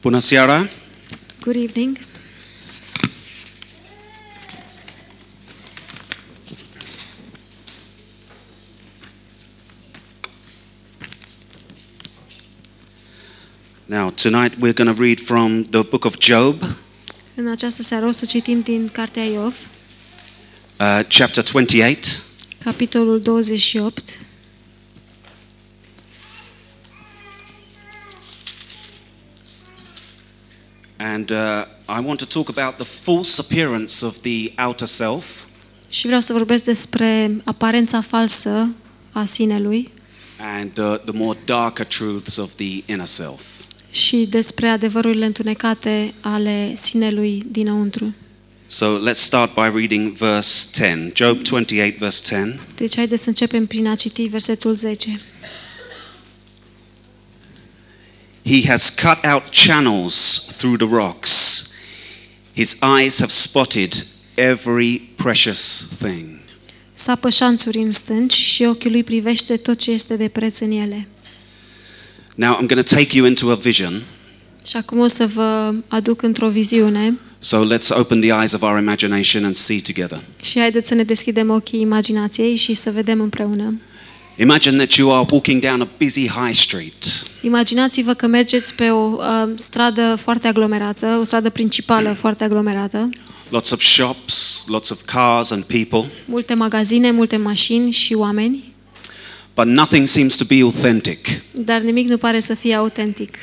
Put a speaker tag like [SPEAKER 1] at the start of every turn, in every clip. [SPEAKER 1] Bună seara!
[SPEAKER 2] Good evening.
[SPEAKER 1] Now, tonight we're going to read from the book of Job,
[SPEAKER 2] În această seară o să citim din Cartea Iov,
[SPEAKER 1] uh, chapter 28,
[SPEAKER 2] capitolul 28,
[SPEAKER 1] and uh, I want to talk about the false appearance of the outer self
[SPEAKER 2] și vreau să vorbesc despre aparența falsă a sinelui
[SPEAKER 1] and uh, the more darker truths of the inner self.
[SPEAKER 2] și despre adevărurile întunecate ale sinelui dinăuntru.
[SPEAKER 1] So let's start by reading verse 10. Job 28, verse 10.
[SPEAKER 2] Deci haideți să începem prin a citi versetul 10.
[SPEAKER 1] He has cut out channels through the rocks, his eyes have spotted every precious thing.
[SPEAKER 2] Sapă șanțuri în stânci și ochiul lui privește tot ce este de preț în ele.
[SPEAKER 1] Now I'm going to take you into a vision.
[SPEAKER 2] Și acum o să vă aduc într-o viziune
[SPEAKER 1] So let's open the eyes of our imagination and see together.
[SPEAKER 2] și haideți să ne deschidem ochii imaginației și să vedem împreună.
[SPEAKER 1] Imagine that you are walking down a busy high street
[SPEAKER 2] Imaginați-vă că mergeți pe o uh, stradă foarte aglomerată, o stradă principală foarte aglomerată,
[SPEAKER 1] lots of shops, lots of cars and people,
[SPEAKER 2] multe magazine, multe mașini și oameni,
[SPEAKER 1] but nothing seems to be authentic.
[SPEAKER 2] dar nimic nu pare să fie autentic.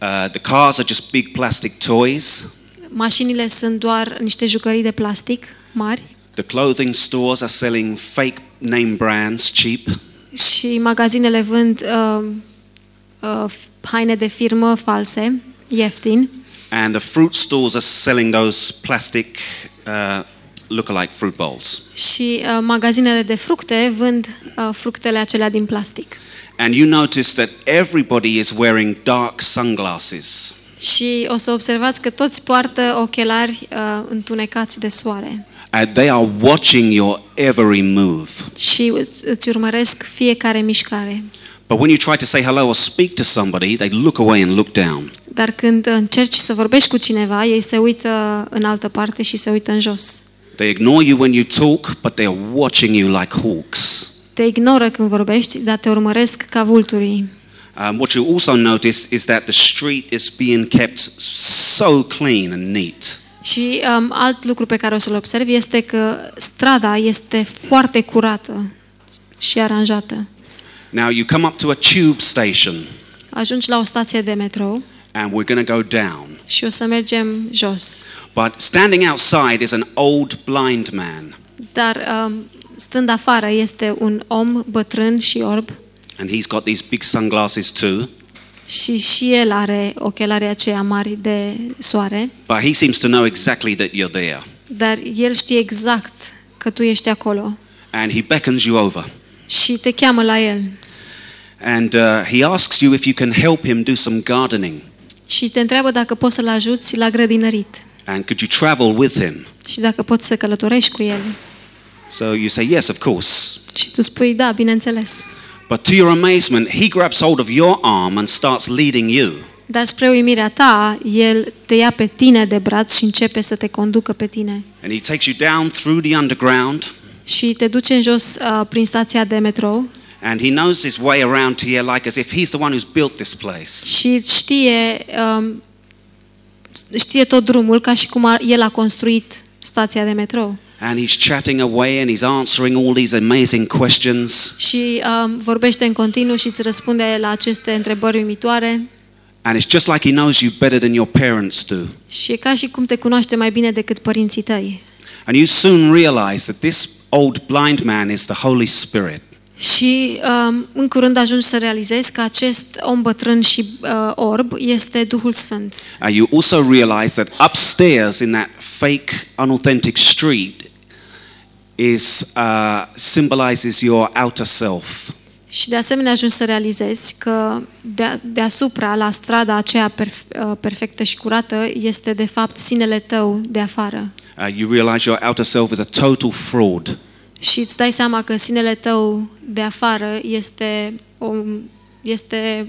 [SPEAKER 1] Uh, the cars are just big plastic toys,
[SPEAKER 2] Mașinile sunt doar niște jucării de plastic mari
[SPEAKER 1] the clothing stores are selling fake name brands cheap,
[SPEAKER 2] și magazinele vând uh, uh, haine de firmă false, ieftin,
[SPEAKER 1] and the fruit stores are selling those plastic uh, look-alike fruit bowls.
[SPEAKER 2] și uh, magazinele de fructe vând uh, fructele acelea din plastic.
[SPEAKER 1] And you notice that everybody is wearing dark sunglasses.
[SPEAKER 2] Și o să observați că toți poartă ochelari uh, întunecați de soare.
[SPEAKER 1] And they are watching your every move.
[SPEAKER 2] și îți- îți urmăresc fiecare mișcare.
[SPEAKER 1] But when you try to say hello or speak to somebody, they look away and look down.
[SPEAKER 2] Dar când încerci să vorbești cu cineva, ei se uită în altă parte și se uită în jos.
[SPEAKER 1] They ignore you when you talk, but they are watching you like hawks.
[SPEAKER 2] Te ignoră când vorbești, dar te urmăresc ca vulturii.
[SPEAKER 1] Um, what you also notice is that the street is being kept so clean and neat.
[SPEAKER 2] Și um, alt lucru pe care o să-l observ este că strada este foarte curată și aranjată.
[SPEAKER 1] Now you come up to a tube station,
[SPEAKER 2] Ajungi la o stație de metrou
[SPEAKER 1] and we're going to go down.
[SPEAKER 2] și o să mergem jos.
[SPEAKER 1] But standing outside is an old blind man,
[SPEAKER 2] Dar um, stând afară este un om bătrân și orb
[SPEAKER 1] and he's got these big sunglasses too.
[SPEAKER 2] și și el are ochelarii aceia mari de soare.
[SPEAKER 1] But he seems to know exactly that you're there,
[SPEAKER 2] Dar el știe exact că tu ești acolo
[SPEAKER 1] and he beckons you over.
[SPEAKER 2] și te cheamă la el
[SPEAKER 1] And uh, he asks you if you can help him do some gardening
[SPEAKER 2] și te întreabă dacă poți să-l ajuți la grădinărit
[SPEAKER 1] and could you travel with him?
[SPEAKER 2] și dacă poți să călătorești cu el.
[SPEAKER 1] So you say, Yes, of course.
[SPEAKER 2] Și tu spui, da, bineînțeles.
[SPEAKER 1] But to your amazement, he grabs hold of your arm and starts leading you.
[SPEAKER 2] Dar spre uimirea ta, el te ia pe tine de braț și începe să te conducă pe tine.
[SPEAKER 1] And he takes you down through the underground
[SPEAKER 2] Și te duce în jos uh, prin stația de metrou
[SPEAKER 1] and he knows his way around here like as if he's the one who's built this place.
[SPEAKER 2] și știe, um, știe tot drumul ca și cum a, el a construit stația de metrou.
[SPEAKER 1] And he's chatting away and he's answering all these amazing questions.
[SPEAKER 2] și um, vorbește în continuu și îți răspunde la aceste întrebări uimitoare
[SPEAKER 1] And it's just like he knows you better than your parents do.
[SPEAKER 2] și e ca și cum te cunoaște mai bine decât părinții tăi.
[SPEAKER 1] And you soon realize that this old blind man is the Holy Spirit.
[SPEAKER 2] Și um, în curând ajungi să realizezi că acest om bătrân și uh, orb este Duhul Sfânt.
[SPEAKER 1] And you also realize that upstairs in that fake, unauthentic street is uh, symbolizes your outer self.
[SPEAKER 2] Și de asemenea ajungi să realizezi că de- deasupra, la strada aceea perf- uh, perfectă și curată, este de fapt sinele tău de afară.
[SPEAKER 1] Uh, you realize your outer self is a total fraud.
[SPEAKER 2] Și îți dai seama că sinele tău de afară este, o, este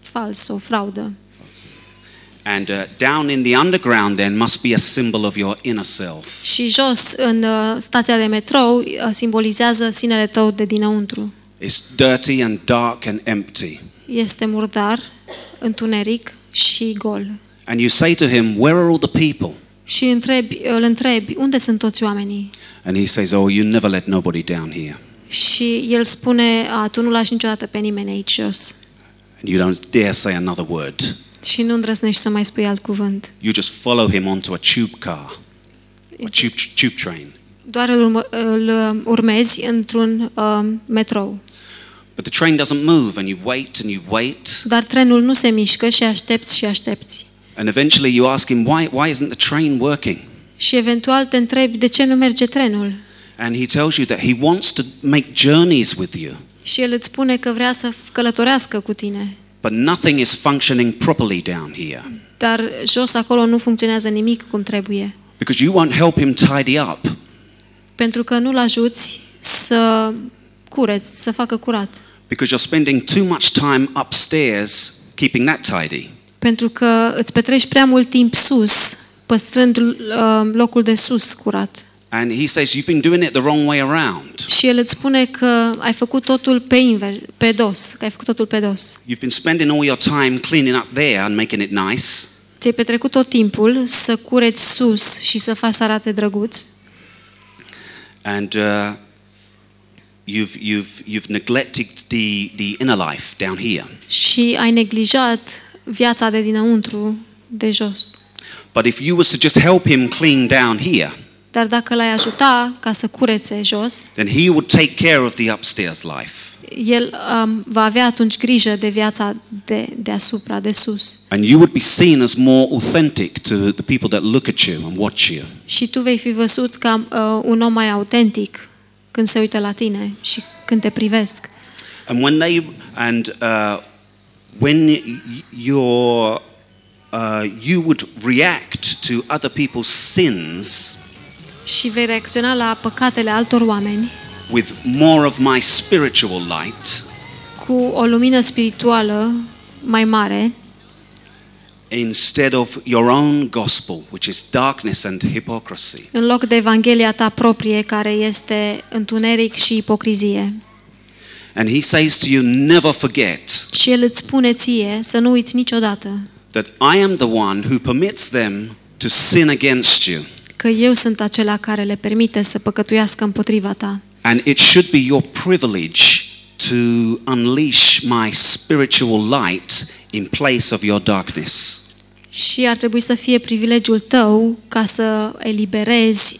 [SPEAKER 2] fals, o fraudă.
[SPEAKER 1] And uh, down in the underground, then, must be a symbol of your inner self.
[SPEAKER 2] Și jos, în uh, stația de metrou, uh, simbolizează sinele tău de dinăuntru.
[SPEAKER 1] It's dirty and dark and empty.
[SPEAKER 2] Este murdar, întuneric și gol.
[SPEAKER 1] And you say to him, Where are all the people?
[SPEAKER 2] Și întrebi, îl întrebi, unde sunt toți oamenii?
[SPEAKER 1] And he says, Oh, you never let nobody down here.
[SPEAKER 2] Și el spune, a, tu nu lași niciodată pe nimeni aici jos.
[SPEAKER 1] And you don't dare say another word.
[SPEAKER 2] Și nu îndrăznești să mai spui alt cuvânt.
[SPEAKER 1] You just follow him onto a tube car, a tube, tube train.
[SPEAKER 2] Doar îl, urmă, îl uh, urmezi într-un uh, metrou.
[SPEAKER 1] But the train doesn't move, and you wait and you wait.
[SPEAKER 2] Dar trenul nu se mișcă și aștepți și aștepți.
[SPEAKER 1] And eventually you ask him, Why, why isn't the train working?
[SPEAKER 2] Și eventual te întrebi de ce nu merge trenul.
[SPEAKER 1] And he tells you that he wants to make journeys with you,
[SPEAKER 2] Și el îți spune că vrea să f- călătorească cu tine.
[SPEAKER 1] but nothing is functioning properly down here
[SPEAKER 2] Dar jos acolo nu funcționează nimic cum trebuie.
[SPEAKER 1] because you won't help him tidy up.
[SPEAKER 2] Pentru că nu-l ajuți să cureți, să facă curat.
[SPEAKER 1] Because you're spending too much time upstairs keeping that tidy.
[SPEAKER 2] Pentru că îți petreci prea mult timp sus, păstrând uh, locul de sus curat.
[SPEAKER 1] And he says, You've been doing it the wrong way around.
[SPEAKER 2] Și el îți spune că ai făcut totul pe invers, pe dos, că ai făcut totul pe dos.
[SPEAKER 1] You've been spending all your time cleaning up there and making it nice,
[SPEAKER 2] Ți-ai petrecut tot timpul să cureți sus și să faci să arate drăguț
[SPEAKER 1] and uh, you've, you've, you've neglected the, the inner life down here.
[SPEAKER 2] și ai neglijat viața de dinăuntru, de jos.
[SPEAKER 1] But if you was to just help him clean down here,
[SPEAKER 2] Dar dacă l-ai ajuta ca să curețe jos,
[SPEAKER 1] then he would take care of the upstairs life.
[SPEAKER 2] el um, va avea atunci grijă de viața de, deasupra, de sus.
[SPEAKER 1] And you would be seen as more authentic to the people that look at you and watch you.
[SPEAKER 2] Și tu vei fi văzut ca uh, un om mai autentic când se uită la tine și când te privesc.
[SPEAKER 1] And when they and uh, when y- your uh, you would react to other people's sins
[SPEAKER 2] Și vei reacționa la păcatele altor oameni
[SPEAKER 1] with more of my spiritual light
[SPEAKER 2] cu o lumină spirituală mai mare
[SPEAKER 1] instead of your own gospel, which is darkness and hypocrisy.
[SPEAKER 2] în loc de Evanghelia ta proprie, care este întuneric și ipocrizie.
[SPEAKER 1] And he says to you, never forget
[SPEAKER 2] Și El îți spune ție să nu uiți niciodată
[SPEAKER 1] that I am the one who permits them to sin against you,
[SPEAKER 2] că eu sunt acela care le permite să păcătuiască împotriva ta.
[SPEAKER 1] and it should be your privilege to unleash my spiritual light in place of your darkness.
[SPEAKER 2] Și ar trebui să fie privilegiul tău ca să eliberezi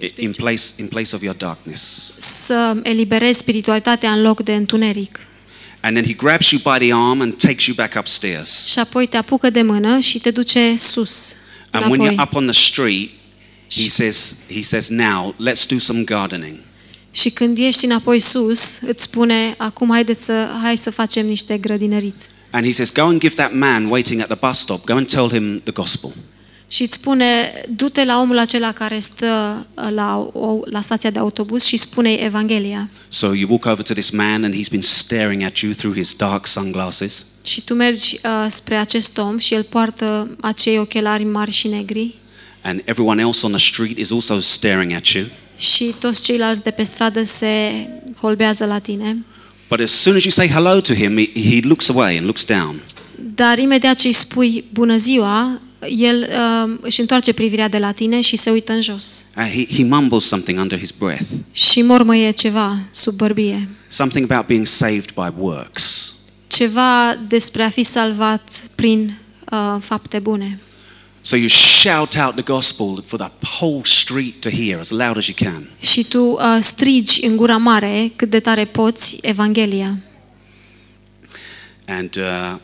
[SPEAKER 2] uh,
[SPEAKER 1] in place in place of your darkness.
[SPEAKER 2] să eliberezi spiritualitatea în loc de întuneric.
[SPEAKER 1] And then he grabs you by the arm and takes you back upstairs.
[SPEAKER 2] Și apoi te apucă de mână și te duce sus.
[SPEAKER 1] And when you're
[SPEAKER 2] Înapoi.
[SPEAKER 1] up on the street, he says he says now let's do some gardening.
[SPEAKER 2] Și când ești înapoi sus, îți spune, acum haide să, hai să facem niște grădinărit.
[SPEAKER 1] And he says go and give that man waiting at the bus stop go and tell him the gospel.
[SPEAKER 2] Și îți spune, du-te la omul acela care stă uh, la, o, la stația de autobuz și spune Evanghelia.
[SPEAKER 1] So you walk over to this man and he's been staring at you through his dark sunglasses
[SPEAKER 2] Și tu mergi uh, spre acest om și el poartă acei ochelari mari și negri
[SPEAKER 1] and everyone else on the street is also staring at you.
[SPEAKER 2] și toți ceilalți de pe stradă se holbează la tine.
[SPEAKER 1] But as soon as you say hello to him, he, he looks away and looks down.
[SPEAKER 2] Dar imediat ce îi spui bună ziua, el uh, își întoarce privirea de la tine și se uită în jos.
[SPEAKER 1] And he, he mumbles something under his breath.
[SPEAKER 2] Și mormăie ceva sub bărbie.
[SPEAKER 1] Something about being saved by works.
[SPEAKER 2] Ceva despre a fi salvat prin uh, fapte bune.
[SPEAKER 1] So you shout out the gospel for the whole street to hear as loud as you can.
[SPEAKER 2] Și tu uh, strigi în gura mare cât de tare poți Evanghelia.
[SPEAKER 1] And uh,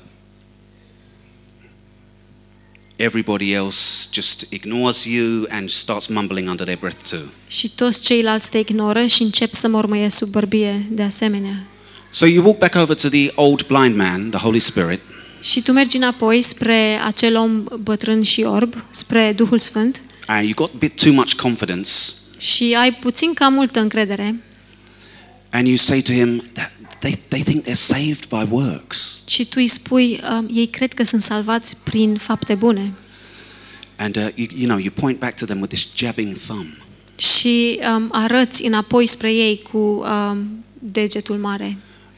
[SPEAKER 1] everybody else just ignores you and starts mumbling under their breath too.
[SPEAKER 2] Și toți ceilalți te ignoră și încep să mormăie sub bărbie de asemenea.
[SPEAKER 1] So you walk back over to the old blind man, the Holy Spirit,
[SPEAKER 2] Și tu mergi înapoi spre acel om bătrân și orb, spre Duhul Sfânt
[SPEAKER 1] and you got a bit too much confidence,
[SPEAKER 2] și ai puțin cam multă încredere
[SPEAKER 1] and you say to him, that they, they think they're saved by works.
[SPEAKER 2] și tu îi spui, um, ei cred că sunt salvați prin fapte bune.
[SPEAKER 1] And uh, you, you know, you point back to them with this jabbing thumb.
[SPEAKER 2] Și um, arăți înapoi spre ei cu um, degetul mare.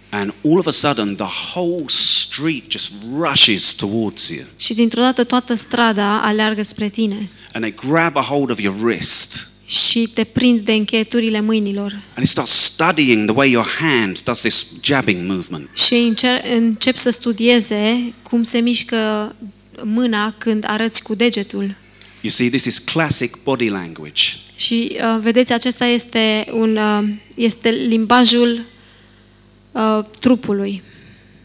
[SPEAKER 1] And all of a sudden, the whole street just rushes towards you.
[SPEAKER 2] Și dintr-o dată toată strada aleargă spre tine
[SPEAKER 1] And they grab a hold of your wrist.
[SPEAKER 2] și te prind de încheieturile mâinilor
[SPEAKER 1] And they start studying the way your hand does this jabbing movement.
[SPEAKER 2] și încer- încep să studieze cum se mișcă mâna când arăți cu degetul.
[SPEAKER 1] You see, this is classic body language.
[SPEAKER 2] Și uh, vedeți, acesta este, un, uh, este limbajul uh, trupului.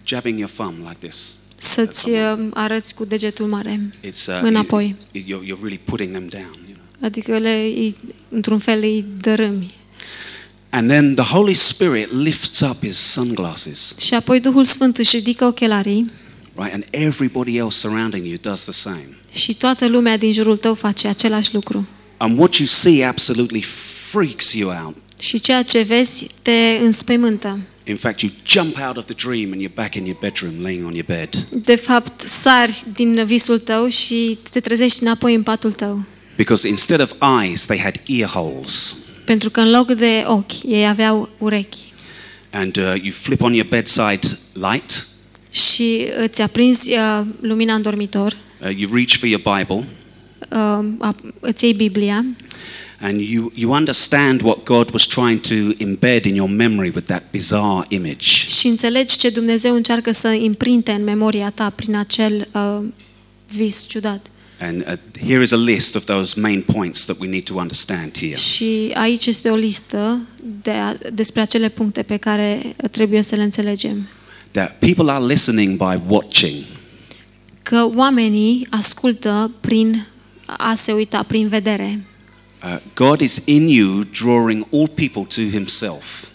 [SPEAKER 1] Jabbing your thumb like this.
[SPEAKER 2] Să-ți uh, arăți cu degetul mare.
[SPEAKER 1] It's, uh,
[SPEAKER 2] Înapoi.
[SPEAKER 1] you- you're, you're really putting them down. You know?
[SPEAKER 2] Adică, le, îi, într-un fel, îi dărâmi.
[SPEAKER 1] And then the Holy Spirit lifts up his sunglasses,
[SPEAKER 2] Și apoi Duhul Sfânt își ridică ochelarii
[SPEAKER 1] right? And everybody else surrounding you does the same.
[SPEAKER 2] și toată lumea din jurul tău face același lucru.
[SPEAKER 1] And what you see absolutely freaks you out.
[SPEAKER 2] Și ceea ce vezi te înspăimântă.
[SPEAKER 1] In fact, you jump out of the dream and you're back in your bedroom laying on your bed.
[SPEAKER 2] De fapt, sari din visul tău și te trezești înapoi în patul tău.
[SPEAKER 1] Because instead of eyes, they had ear holes.
[SPEAKER 2] Pentru că în loc de ochi, ei aveau urechi.
[SPEAKER 1] And uh, you flip on your bedside light,
[SPEAKER 2] și îți aprinzi uh, lumina în dormitor,
[SPEAKER 1] uh, you reach for your Bible,
[SPEAKER 2] uh, ap- îți iei Biblia
[SPEAKER 1] and you, you understand what God was trying to embed in your memory with that bizarre image.
[SPEAKER 2] și înțelegi ce Dumnezeu încearcă să imprinte în memoria ta prin acel uh, vis ciudat.
[SPEAKER 1] And uh, here is a list of those main points that we need to understand here.
[SPEAKER 2] Și aici este o listă de a, despre acele puncte pe care trebuie să le înțelegem.
[SPEAKER 1] That people are listening by watching,
[SPEAKER 2] Că oamenii ascultă prin a se uita, prin vedere.
[SPEAKER 1] uh, God is in you, drawing all people to Himself.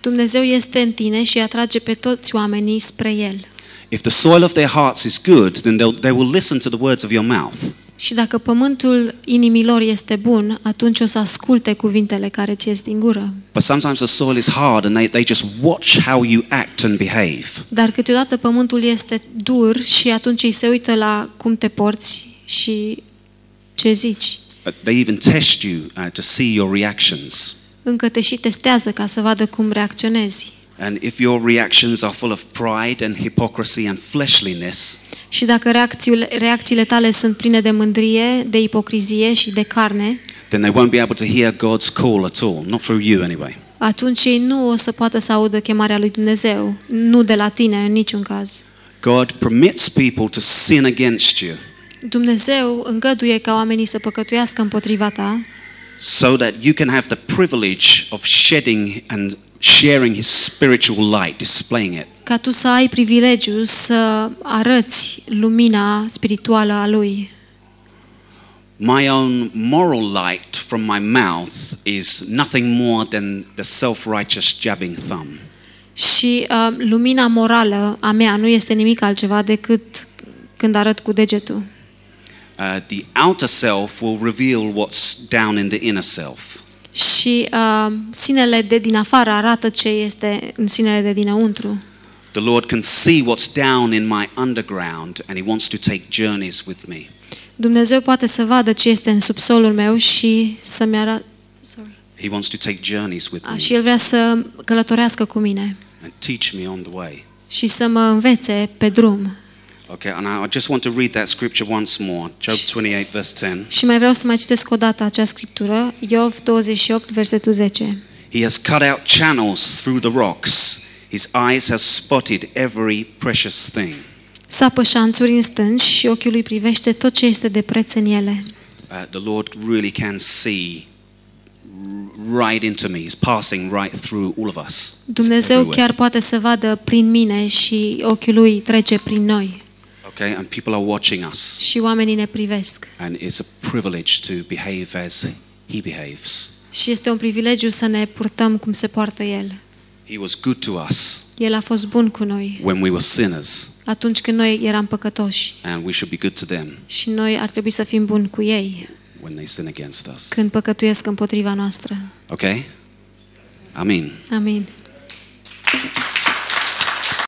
[SPEAKER 2] Dumnezeu este în tine și atrage pe toți oamenii spre El.
[SPEAKER 1] If the soil of their hearts is good, then they'll, they will listen to the words of your mouth.
[SPEAKER 2] Și dacă pământul inimilor este bun, atunci o să asculte cuvintele care ți ies din gură.
[SPEAKER 1] But sometimes the soil is hard and they, they just watch how you act and behave.
[SPEAKER 2] Dar câteodată pământul este dur și atunci ei se uită la cum te porți și ce zici.
[SPEAKER 1] Uh, They even test you uh, to see your reactions.
[SPEAKER 2] Încă te și testează ca să vadă cum reacționezi.
[SPEAKER 1] And if your reactions are full of pride and hypocrisy and fleshliness,
[SPEAKER 2] Și dacă reacțiile, reacțiile tale sunt pline de mândrie, de ipocrizie și de carne,
[SPEAKER 1] then they won't be able to hear God's call at all. Not through you, anyway.
[SPEAKER 2] atunci ei nu o să poată să audă chemarea lui Dumnezeu, nu de la tine în niciun caz.
[SPEAKER 1] God permits people to sin against you
[SPEAKER 2] Dumnezeu îngăduie ca oamenii să păcătuiască împotriva ta,
[SPEAKER 1] so that you can have the privilege of shedding and sharing His spiritual light, displaying it.
[SPEAKER 2] ca tu să ai privilegiu să arăți lumina spirituală a Lui.
[SPEAKER 1] My own moral light from my mouth is nothing more than the self righteous jabbing thumb.
[SPEAKER 2] Și uh, lumina morală a mea nu este nimic altceva decât când arăt cu degetul.
[SPEAKER 1] Uh, the outer self will reveal what's down in the inner self.
[SPEAKER 2] Și uh, sinele de din afară arată ce este în sinele de dinăuntru.
[SPEAKER 1] The Lord can see what's down in my underground and He wants to take journeys with me.
[SPEAKER 2] Dumnezeu poate să vadă ce este în subsolul meu și să-mi arate... Sorry.
[SPEAKER 1] He wants to take journeys with
[SPEAKER 2] A,
[SPEAKER 1] me
[SPEAKER 2] și El vrea să călătorească cu mine
[SPEAKER 1] and teach me on the way.
[SPEAKER 2] și să mă învețe pe drum.
[SPEAKER 1] Okay, and I I just want to read that scripture once more Job 28, verse 10.
[SPEAKER 2] Și mai vreau să mai citesc o dată acea scriptură, Iov 28, versetul 10.
[SPEAKER 1] He has cut out channels through the rocks, His eyes have spotted every precious thing.
[SPEAKER 2] Sapă șanțuri în stânci și ochiul lui privește tot ce este de preț în ele.
[SPEAKER 1] Uh, the Lord really can see r- right into me. He's passing right through all of us.
[SPEAKER 2] Dumnezeu
[SPEAKER 1] Everywhere.
[SPEAKER 2] chiar poate să vadă prin mine și ochiul lui trece prin noi
[SPEAKER 1] Okay, and people are watching us,
[SPEAKER 2] și oamenii ne privesc.
[SPEAKER 1] and it's a privilege to behave as He behaves.
[SPEAKER 2] Și este un privilegiu să ne purtăm cum se poartă El.
[SPEAKER 1] He was good to us
[SPEAKER 2] El a fost bun cu noi
[SPEAKER 1] when we were sinners,
[SPEAKER 2] atunci când noi eram păcătoși
[SPEAKER 1] and we should be good to them
[SPEAKER 2] și noi ar trebui să fim buni cu ei
[SPEAKER 1] when they sin against us.
[SPEAKER 2] când păcătuiesc împotriva noastră.
[SPEAKER 1] Okay? Amen.
[SPEAKER 2] Amin.